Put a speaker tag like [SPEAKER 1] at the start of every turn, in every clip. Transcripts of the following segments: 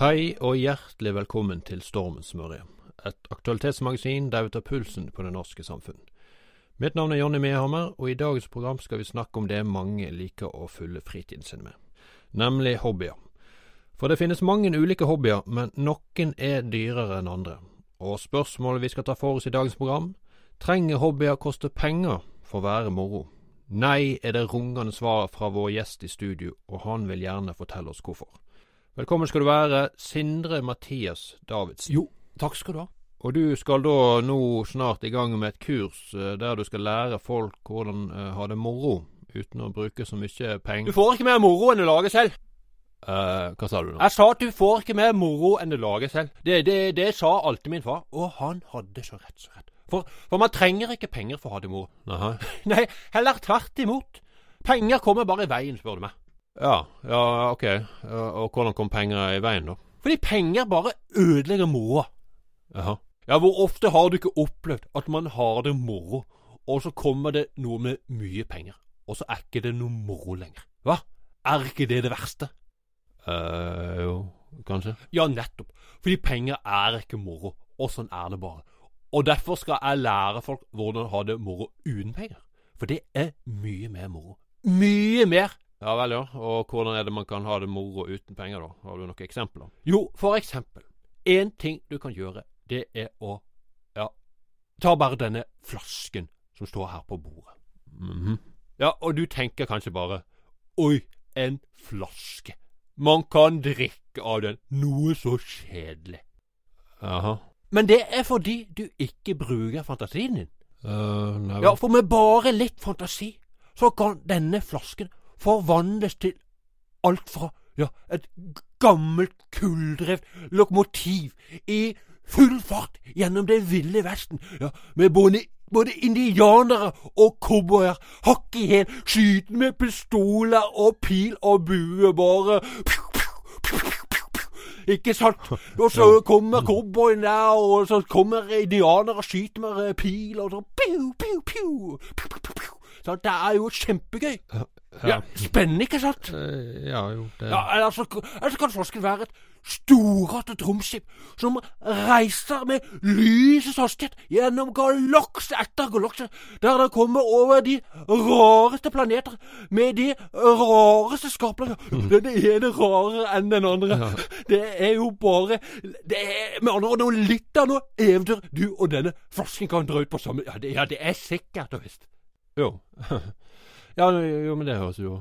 [SPEAKER 1] Hei og hjertelig velkommen til Stormen smørje, et aktualitetsmagasin der vi tar pulsen på det norske samfunn. Mitt navn er Jonny Mehammer, og i dagens program skal vi snakke om det mange liker å fylle fritiden sin med, nemlig hobbyer. For det finnes mange ulike hobbyer, men noen er dyrere enn andre. Og spørsmålet vi skal ta for oss i dagens program, trenger hobbyer koste penger for å være moro? Nei, er det rungende svaret fra vår gjest i studio, og han vil gjerne fortelle oss hvorfor. Velkommen skal du være, Sindre Mathias Davidsen.
[SPEAKER 2] Jo, takk skal du ha.
[SPEAKER 1] Og du skal da nå snart i gang med et kurs eh, der du skal lære folk hvordan eh, ha det moro uten å bruke så mye
[SPEAKER 2] Du
[SPEAKER 1] penger.
[SPEAKER 2] får ikke mer moro enn du lager selv.
[SPEAKER 1] Eh, hva sa du nå?
[SPEAKER 2] Jeg sa at du får ikke mer moro enn du lager selv. Det, det, det sa alltid min far, og han hadde så rett, så rett. For, for man trenger ikke penger for å ha det moro.
[SPEAKER 1] Aha.
[SPEAKER 2] Nei, heller tvert imot. Penger kommer bare i veien, spør du meg.
[SPEAKER 1] Ja, ja, ok. Eh, og hvordan kom penger i veien, da?
[SPEAKER 2] Fordi penger bare ødelegger moroa.
[SPEAKER 1] Jaha.
[SPEAKER 2] Ja, hvor ofte har du ikke opplevd at man har det moro, og så kommer det noe med mye penger, og så er ikke det noe moro lenger. Hva? Er ikke det det verste?
[SPEAKER 1] Eh, jo, kanskje.
[SPEAKER 2] Ja, nettopp. Fordi penger er ikke moro, og sånn er det bare. Og derfor skal jeg lære folk hvordan ha det moro uten penger. For det er mye mer moro. Mye mer!
[SPEAKER 1] Ja vel, ja. Og hvordan er det man kan ha det moro uten penger, da? Har du noen eksempler?
[SPEAKER 2] Jo, for eksempel. Én ting du kan gjøre, det er å Ja, ta bare denne flasken som står her på bordet.
[SPEAKER 1] Mhm.
[SPEAKER 2] Ja, og du tenker kanskje bare Oi, en flaske. Man kan drikke av den. Noe så kjedelig.
[SPEAKER 1] Jaha.
[SPEAKER 2] Men det er fordi du ikke bruker fantasien din.
[SPEAKER 1] Eh, nei vel.
[SPEAKER 2] Ja, for med bare litt fantasi, så kan denne flasken forvandles til alt fra ja, et g- gammelt kulldrevet lokomotiv i full fart gjennom det ville Vesten, ja, med både, både indianere og cowboyer, hakk i hæl, skyten med pistoler og pil og bue, bare pju, pju, pju, pju, pju, pju. ikke sant? Og så kommer cowboyen der, og så kommer indianere og skyter med eh, pil, og så piu, piu, piu, piu, piu, piu, piu. Så det er jo kjempegøy. Ja, Spennende, ikke sant?
[SPEAKER 1] Eh, ja, jo, det
[SPEAKER 2] Ja, eller så, eller så kan flasken være et storartet romskip som reiser med lysets hastighet gjennom galakse etter galakse, der det kommer over de rareste planeter med de rareste skapninger.
[SPEAKER 1] Mm.
[SPEAKER 2] Den ene rarere enn den andre. Det er jo bare Det er med andre ord noe litt av noe eventyr du og denne flasken kan dra ut på sammen. Ja, det, ja, det er sikkert og visst.
[SPEAKER 1] Jo. ja, jo, jo, men det høres jo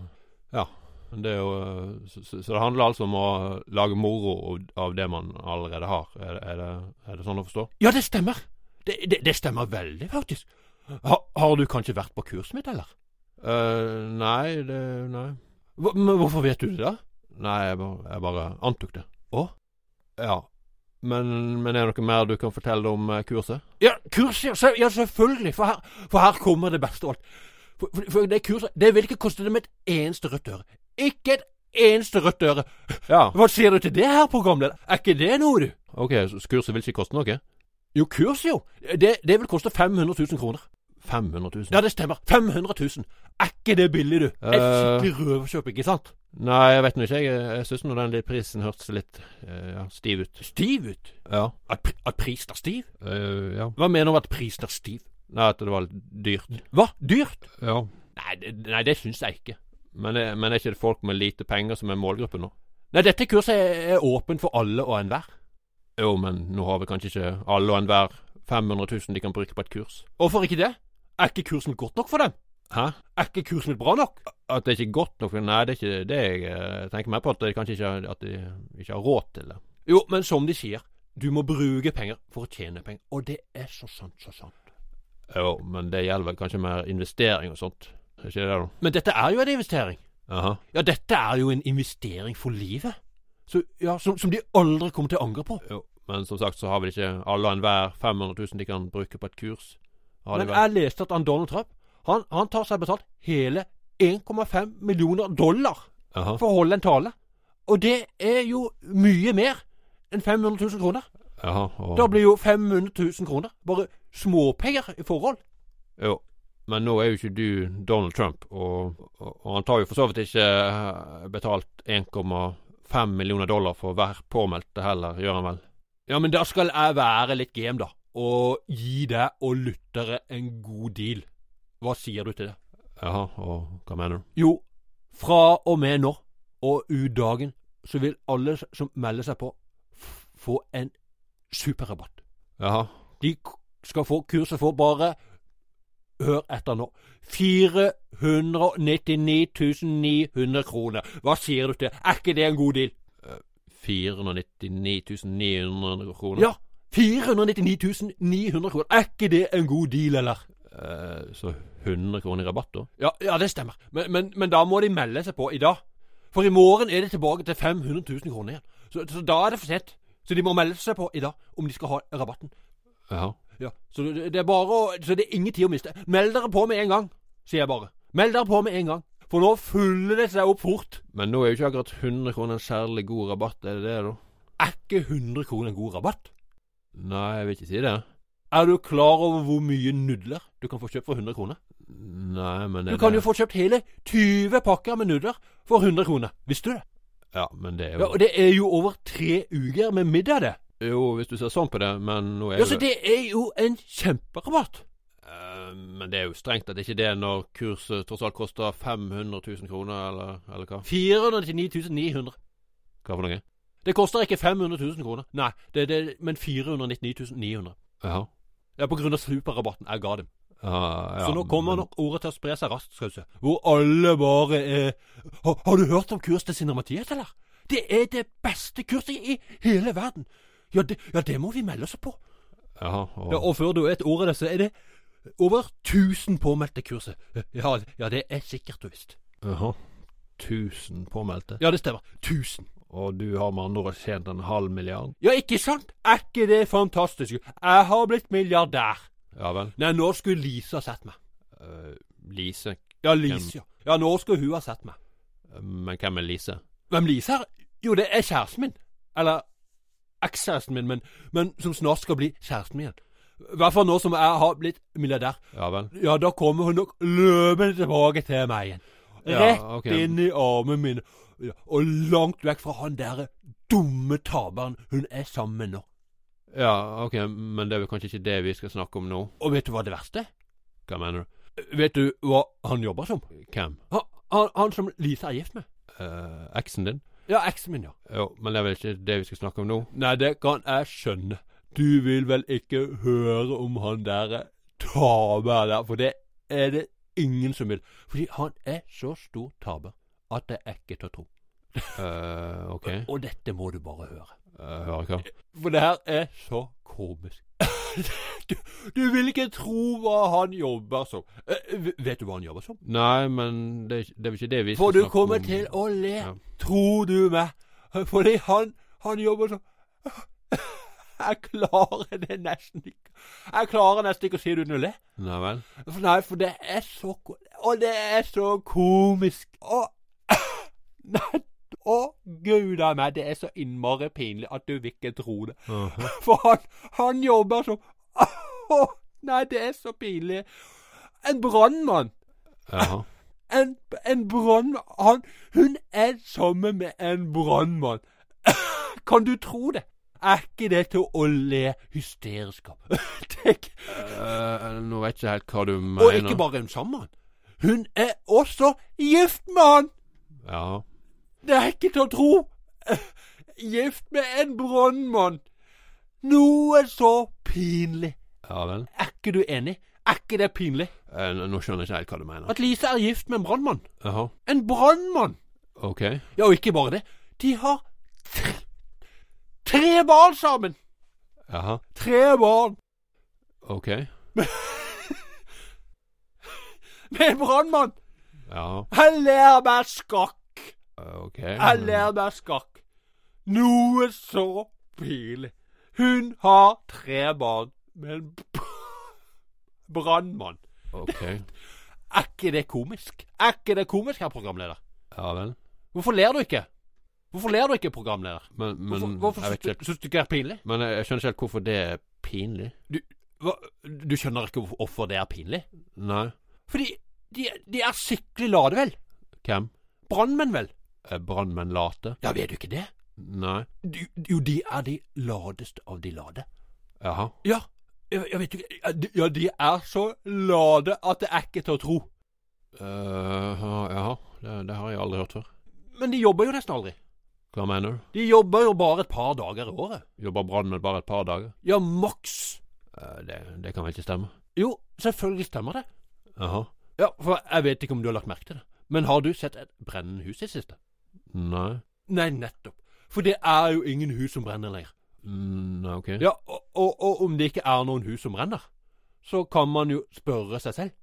[SPEAKER 1] Ja. Men det er jo eh, så, så så det handler altså om å lage moro av- av det man allerede har. Er, det- er, det, er det sånn å forstå?
[SPEAKER 2] Ja, det stemmer. Det, det, det stemmer veldig, faktisk. Ha, har du kanskje vært på kurset mitt, eller?
[SPEAKER 1] eh nei, det Nei.
[SPEAKER 2] Hva, men hvorfor vet du det? da?
[SPEAKER 1] Nei, jeg bare, jeg bare antok det.
[SPEAKER 2] Å?
[SPEAKER 1] Ja. Men, men er det noe mer du kan fortelle om eh, kurset?
[SPEAKER 2] Ja, kurset, ja, se- ja selvfølgelig, for her, for her kommer det beste av alt. For, for, for det kurset, det vil ikke koste dem et eneste rødt øre. Ikke et eneste rødt øre.
[SPEAKER 1] Ja.
[SPEAKER 2] Hva sier du til det her, programleder? Er ikke det noe, du?
[SPEAKER 1] OK, så kurset vil ikke koste noe?
[SPEAKER 2] Jo, kurset, jo. Det, det vil koste 500 000 kroner.
[SPEAKER 1] 500 000?
[SPEAKER 2] Ja, det stemmer. 500 000. Er ikke det billig, du? Et
[SPEAKER 1] Eh.
[SPEAKER 2] skikkelig røverkjøp, ikke sant?
[SPEAKER 1] Nei, jeg vet nå ikke. Jeg, jeg syns nå den prisen hørtes litt eh, ja, stiv ut.
[SPEAKER 2] Stiv ut.
[SPEAKER 1] Ja.
[SPEAKER 2] At, pri- at prisen er stiv?
[SPEAKER 1] eh, ja.
[SPEAKER 2] Hva mener du at prisen er stiv?
[SPEAKER 1] Nei, at det var litt dyrt.
[SPEAKER 2] Hva? Dyrt?
[SPEAKER 1] Ja.
[SPEAKER 2] Nei, det, nei, det syns jeg ikke.
[SPEAKER 1] Men, er- men er ikke det folk med lite penger som er målgruppen nå?
[SPEAKER 2] Nei, dette kurset er, er åpent for alle og enhver.
[SPEAKER 1] Jo, men nå har vi kanskje ikke alle og enhver 500 000 de kan bruke på et kurs.
[SPEAKER 2] Hvorfor ikke det? Er ikke kursen godt nok for dem?
[SPEAKER 1] Hæ?
[SPEAKER 2] Er ikke kursen bra nok?
[SPEAKER 1] At det ikke er godt nok? Nei, det er ikke det jeg eh, tenker mer på. At de kanskje ikke, har- at de ikke har råd til det.
[SPEAKER 2] Jo, men som de sier, du må bruke penger for å tjene penger. Og det er så sant, så sant.
[SPEAKER 1] Jo, men det gjelder vel kanskje mer investering og sånt. Er Ikke det, da?
[SPEAKER 2] Men dette er jo en investering.
[SPEAKER 1] Aha.
[SPEAKER 2] Ja, dette er jo en investering for livet. Så, ja, som, som de aldri kommer til å angre på.
[SPEAKER 1] Jo, men som sagt så har vel ikke alle og enhver 500 000 de kan bruke på et kurs. Har de
[SPEAKER 2] Men
[SPEAKER 1] vel?
[SPEAKER 2] jeg leste at han Donald Trump han, han tar seg betalt hele 1,5 millioner dollar
[SPEAKER 1] Aha.
[SPEAKER 2] for å holde en tale. Og det er jo mye mer enn 500 000 kroner.
[SPEAKER 1] Aha. og-
[SPEAKER 2] Da blir jo 500 000 kroner bare småpenger i forhold.
[SPEAKER 1] Jo, men nå er jo ikke du Donald Trump, og, og, og han tar jo for så vidt ikke eh, betalt 1,5 fem millioner dollar for hver påmeldte heller, gjør han vel?
[SPEAKER 2] Ja, men da skal jeg være litt game, da, og gi deg og lyttere en god deal. Hva sier du til det?
[SPEAKER 1] Jaha, og hva mener du?
[SPEAKER 2] Jo, fra og med nå og ut dagen, så vil alle s- som melder seg på, f- få en superrabatt.
[SPEAKER 1] Jaha,
[SPEAKER 2] De k- skal få kurset for bare Hør etter nå. 499 900 kroner. Hva sier du til? Er ikke det en god deal?
[SPEAKER 1] Eh, 499 900 kroner?
[SPEAKER 2] Ja. 499 900 kroner. Er ikke det en god deal, eller?
[SPEAKER 1] Eh, så 100 kroner i rabatt, da?
[SPEAKER 2] Ja, ja det stemmer. Men, men, men da må de melde seg på i dag. For i morgen er det tilbake til 500 000 kroner igjen. Så, så da er det for sent. Så de må melde seg på i dag om de skal ha rabatten.
[SPEAKER 1] Jaha.
[SPEAKER 2] Ja, Så det, det er bare å, Så det er ingen tid å miste. Meld dere på med en gang, sier jeg bare. Meld dere på med en gang. For nå fyller det seg opp fort.
[SPEAKER 1] Men nå er jo ikke akkurat 100 kroner en særlig god rabatt, er det det, da?
[SPEAKER 2] Er ikke 100 kroner en god rabatt?
[SPEAKER 1] Nei, jeg vil ikke si det.
[SPEAKER 2] Er du klar over hvor mye nudler du kan få kjøpt for 100 kroner?
[SPEAKER 1] Nei, men er
[SPEAKER 2] Du kan
[SPEAKER 1] det...
[SPEAKER 2] jo få kjøpt hele 20 pakker med nudler for 100 kroner. Visste du det?
[SPEAKER 1] Ja, men det er
[SPEAKER 2] Ja,
[SPEAKER 1] jo
[SPEAKER 2] og det er jo over tre uker med middag, det.
[SPEAKER 1] Jo, hvis du ser sånn på det, men nå er
[SPEAKER 2] Ja,
[SPEAKER 1] jo
[SPEAKER 2] så
[SPEAKER 1] det...
[SPEAKER 2] det er jo en kjemperabatt.
[SPEAKER 1] Eh, men det er jo strengt at det ikke er det når kurset tross alt koster 500 000 kroner, eller, eller hva?
[SPEAKER 2] 499 900.
[SPEAKER 1] Hva for noe?
[SPEAKER 2] Det koster ikke 500 000 kroner, nei, det, det, men 499 900.
[SPEAKER 1] Jaha.
[SPEAKER 2] Det er på grunn av superrabatten jeg ga dem.
[SPEAKER 1] Ah, ja,
[SPEAKER 2] så nå kommer
[SPEAKER 1] men-
[SPEAKER 2] nok ordet til å spre seg raskt, skal du se. Hvor alle bare er har, har du hørt om kurs til Sindre Mathias, eller? Det er det beste kurset i hele verden. Ja, det, ja, det må vi melde oss på.
[SPEAKER 1] Jaha, og...
[SPEAKER 2] Ja, og før du vet ordet av det, så er det over 1000 påmeldte kurset. Ja, ja, det er sikkert og visst.
[SPEAKER 1] Jaha. 1000 påmeldte.
[SPEAKER 2] Ja, det stemmer. 1000.
[SPEAKER 1] Og du har med andre ord tjent en halv milliard?
[SPEAKER 2] Ja, ikke sant? Er ikke det fantastisk? Jeg har blitt milliardær.
[SPEAKER 1] Ja vel.
[SPEAKER 2] Nei, nå skulle Lise ha sett meg.
[SPEAKER 1] Eh, Lise
[SPEAKER 2] Ja, Lise, ja. Ja, nå skulle hun ha sett meg.
[SPEAKER 1] Men hvem er Lise?
[SPEAKER 2] Hvem Lise er? Jo, det er kjæresten min. Eller ekskjæresten min, men, men som snart skal bli kjæresten min igjen. I hvert fall nå som jeg har blitt milliardær.
[SPEAKER 1] Ja vel.
[SPEAKER 2] Ja, da kommer hun nok løpende tilbake til meg igjen.
[SPEAKER 1] Ja,
[SPEAKER 2] Rett
[SPEAKER 1] ok.
[SPEAKER 2] inn i armen min, ja, og langt vekk fra han derre dumme taberen hun er sammen med nå.
[SPEAKER 1] Ja, ok, men det er vel kanskje ikke det vi skal snakke om nå?
[SPEAKER 2] Og vet du hva det verste er?
[SPEAKER 1] Hva mener du?
[SPEAKER 2] Vet du hva han jobber som?
[SPEAKER 1] Hvem?
[SPEAKER 2] Han, han, han som Lise er gift med.
[SPEAKER 1] Eh, Eksen din?
[SPEAKER 2] Ja, eksen min, ja.
[SPEAKER 1] Jo, men det er vel ikke det vi skal snakke om nå?
[SPEAKER 2] Nei, det kan jeg skjønne. Du vil vel ikke høre om han derre taber der, for det er det ingen som vil. Fordi han er så stor taber at det er ikke til å tro.
[SPEAKER 1] Eh, ok,
[SPEAKER 2] Og dette må du bare høre.
[SPEAKER 1] Eh, hører hva?
[SPEAKER 2] For det her er så komisk. du, du vil ikke tro hva han jobber som. Eh, v- vet du hva han jobber som?
[SPEAKER 1] Nei, men det er, ikke- det er vel ikke det vi skal
[SPEAKER 2] For
[SPEAKER 1] snakke om?
[SPEAKER 2] du kommer til å le.
[SPEAKER 1] Ja.
[SPEAKER 2] Tror du meg? Fordi han, han jobber sånn Jeg klarer det nesten ikke. Jeg klarer nesten ikke å si det uten å le.
[SPEAKER 1] Nei vel.
[SPEAKER 2] For Nei, for det er så ko- Og det er så komisk. Og Nei, å gud a meg, det er så innmari pinlig at du vil ikke tro det.
[SPEAKER 1] Aha.
[SPEAKER 2] For han, han jobber som Åh, Nei, det er så pinlig. En brannmann
[SPEAKER 1] Jaha.
[SPEAKER 2] en, en brannmann han, Hun er sammen med en brannmann. kan du tro det? Er ikke det til å le hysterisk av? Tenk,
[SPEAKER 1] Eh, nå vet jeg ikke helt hva du mener.
[SPEAKER 2] og ikke bare er hun sammen med han. Hun er også gift med han!
[SPEAKER 1] Ja.
[SPEAKER 2] Det er ikke til å tro! gift med en brannmann! Noe så pinlig.
[SPEAKER 1] ja vel.
[SPEAKER 2] Er ikke du enig? Er ikke det pinlig?
[SPEAKER 1] Eh, nå skjønner jeg ikke helt hva du mener.
[SPEAKER 2] At Lise er gift med en brannmann.
[SPEAKER 1] Jaha,
[SPEAKER 2] En brannmann!
[SPEAKER 1] ok.
[SPEAKER 2] Ja, og ikke bare det. De har tre, tre barn sammen!
[SPEAKER 1] Jaha,
[SPEAKER 2] Tre barn
[SPEAKER 1] ok.
[SPEAKER 2] med en brannmann!
[SPEAKER 1] Ja,
[SPEAKER 2] Jeg ler meg skakk!
[SPEAKER 1] Eh, ok.
[SPEAKER 2] Jeg ler meg skakk. Noe så pinlig. Hun har tre barn med en b- brannmann.
[SPEAKER 1] Ok,
[SPEAKER 2] Er ikke det komisk? Er ikke det komisk, herr programleder?
[SPEAKER 1] ja vel.
[SPEAKER 2] Hvorfor ler du ikke? Hvorfor ler du ikke, programleder?
[SPEAKER 1] Men, men
[SPEAKER 2] Hvorfor, hvorfor
[SPEAKER 1] jeg vet ikke
[SPEAKER 2] syns
[SPEAKER 1] helt
[SPEAKER 2] du- syns du ikke det er pinlig?
[SPEAKER 1] Men jeg jeg skjønner ikke helt hvorfor det er pinlig.
[SPEAKER 2] Hva? Du skjønner ikke hvor- hvorfor det er pinlig?
[SPEAKER 1] Nei,
[SPEAKER 2] Fordi de, de er skikkelig lade, vel?
[SPEAKER 1] hvem?
[SPEAKER 2] Brannmenn, vel?
[SPEAKER 1] Er brannmenn late?
[SPEAKER 2] Ja, vet du ikke det?
[SPEAKER 1] Nei.
[SPEAKER 2] Du, jo, de er de ladeste av de lade.
[SPEAKER 1] Jaha.
[SPEAKER 2] Ja, jeg, jeg vet ikke ja, de- Ja, de er så lade at det er ikke til å tro.
[SPEAKER 1] Eh, jaha, det, det har jeg aldri hørt før.
[SPEAKER 2] Men de jobber jo nesten aldri.
[SPEAKER 1] Hva mener du?
[SPEAKER 2] De jobber jo bare et par dager i året.
[SPEAKER 1] Jobber brannmenn bare et par dager?
[SPEAKER 2] Ja, maks.
[SPEAKER 1] Eh, det, det kan vel ikke stemme?
[SPEAKER 2] Jo, selvfølgelig stemmer det.
[SPEAKER 1] Jaha.
[SPEAKER 2] Ja, for jeg vet ikke om du har lagt merke til det. Men har du sett et brennende hus i det siste?
[SPEAKER 1] Nei.
[SPEAKER 2] Nei, nettopp. For det er jo ingen hus som brenner lenger.
[SPEAKER 1] Mm, nei, ok.
[SPEAKER 2] Ja, og, og, og om det ikke er noen hus som brenner, så kan man jo spørre seg selv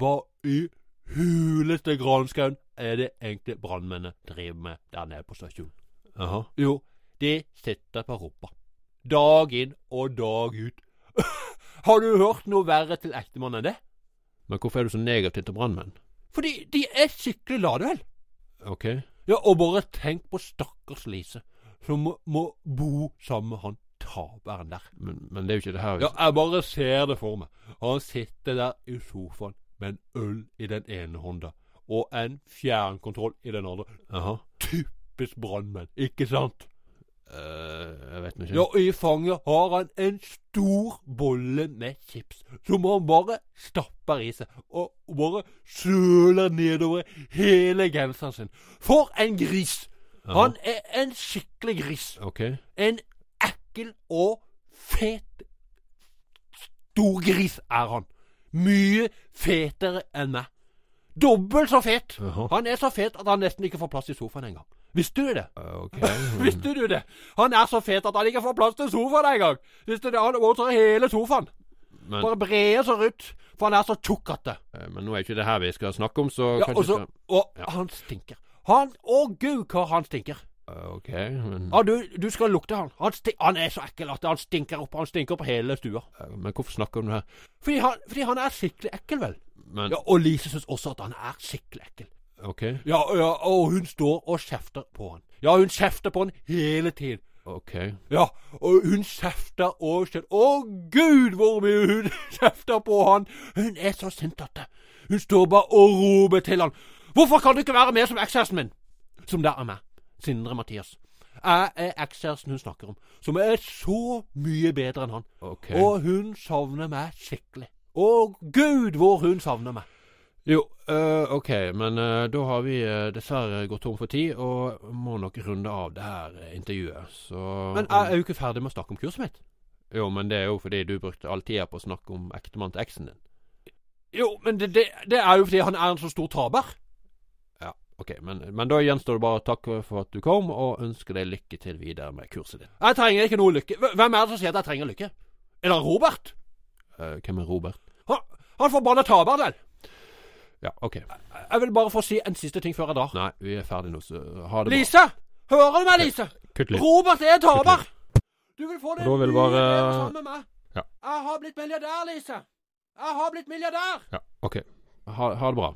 [SPEAKER 2] Hva i huleste granskauen er det egentlig brannmennene driver med der nede på stasjonen?
[SPEAKER 1] Jaha.
[SPEAKER 2] Jo, de sitter på rumpa. Dag inn og dag ut. Har du hørt noe verre til ektemann enn det?
[SPEAKER 1] Men hvorfor er du så negativ til brannmenn?
[SPEAKER 2] Fordi de er skikkelig lade, vel?
[SPEAKER 1] Ok.
[SPEAKER 2] Ja, og bare tenk på stakkars Lise, som må, må bo sammen med han taperen der.
[SPEAKER 1] Men, men det er jo ikke det her vi
[SPEAKER 2] Ja, jeg bare ser det for meg. Han sitter der i sofaen med en øl i den ene hånda og en fjernkontroll i den andre.
[SPEAKER 1] Jaha.
[SPEAKER 2] Typisk brannmenn, ikke sant?
[SPEAKER 1] Eh, jeg vet nå ikke.
[SPEAKER 2] Ja, i fanget har han en stor bolle med chips som han bare stapper i seg og bare søler nedover hele genseren sin. For en gris!
[SPEAKER 1] Jaha.
[SPEAKER 2] Han er en skikkelig gris.
[SPEAKER 1] Ok.
[SPEAKER 2] En ekkel og fet storgris er han. Mye fetere enn meg. Dobbelt så fet!
[SPEAKER 1] Jaha.
[SPEAKER 2] Han er så fet at han nesten ikke får plass i sofaen engang. Visste du det?
[SPEAKER 1] Ok.
[SPEAKER 2] Visste du det? Han er så fet at han ikke får plass til sofaen engang! Visste du det? Han overtar hele sofaen.
[SPEAKER 1] Men,
[SPEAKER 2] Bare breder seg ut, for han er så tjukk at det.
[SPEAKER 1] eh, men nå er ikke det her vi skal snakke om, så
[SPEAKER 2] Ja, altså-
[SPEAKER 1] kanskje
[SPEAKER 2] og så
[SPEAKER 1] vi
[SPEAKER 2] Og
[SPEAKER 1] Ja.
[SPEAKER 2] han stinker. Han Å gud, hva han stinker.
[SPEAKER 1] skal- Eh, Ok, men,
[SPEAKER 2] Ja, du, du skal lukte han. Han, sti han er så ekkel at han stinker opp. Han stinker på hele stua.
[SPEAKER 1] eh, men hvorfor snakker vi om det her?
[SPEAKER 2] Fordi han, fordi han er skikkelig ekkel, vel?
[SPEAKER 1] Men,
[SPEAKER 2] Ja, Og Lise syns også at han er skikkelig ekkel.
[SPEAKER 1] ok,
[SPEAKER 2] Ja, ja, og hun står og kjefter på han. Ja, hun kjefter på han hele tiden.
[SPEAKER 1] ok.
[SPEAKER 2] Ja, og hun kjefter og kjefter. Å gud, hvor mye hun kjefter på han! Hun er så sint at det. Hun står bare og roper til han. Hvorfor kan du ikke være mer som ekskjæresten min? Som der er meg. Sindre Mathias. Jeg er ekskjæresten hun snakker om, som er så mye bedre enn han.
[SPEAKER 1] Ok.
[SPEAKER 2] Og hun savner meg skikkelig. Å gud, hvor hun savner meg.
[SPEAKER 1] Jo, eh, ok, men eh, da har vi eh, dessverre gått tom for tid, og må nok runde av det her eh, intervjuet, så
[SPEAKER 2] Men eh, jeg er jo ikke ferdig med å snakke om kurset mitt.
[SPEAKER 1] Jo, men det er jo fordi du brukte all tida på å snakke om ektemann til eksen din.
[SPEAKER 2] Jo, men det, det, det er jo fordi han er en så stor taper.
[SPEAKER 1] Ok, men, men da gjenstår det bare å takke for at du kom, og ønske deg lykke til videre med kurset ditt.
[SPEAKER 2] Jeg trenger ikke noe lykke. Hv- Hvem er det som sier at jeg trenger lykke? Er det Robert?
[SPEAKER 1] Eh, hvem er Robert?
[SPEAKER 2] Han forbanna taper, vel.
[SPEAKER 1] Ja, ok.
[SPEAKER 2] Jeg vil bare få si en siste ting før jeg drar.
[SPEAKER 1] Nei, vi er ferdig nå, så ha det bra.
[SPEAKER 2] Lise! Hører du meg, Lise?
[SPEAKER 1] Kutt litt.
[SPEAKER 2] Robert er en taper! Du vil få det
[SPEAKER 1] Og da vil
[SPEAKER 2] mye
[SPEAKER 1] bare-
[SPEAKER 2] bedre sammen med meg.
[SPEAKER 1] Ja.
[SPEAKER 2] Jeg har blitt milliardær, Lise. Jeg har blitt milliardær.
[SPEAKER 1] Ja, ok. Ha, ha det bra.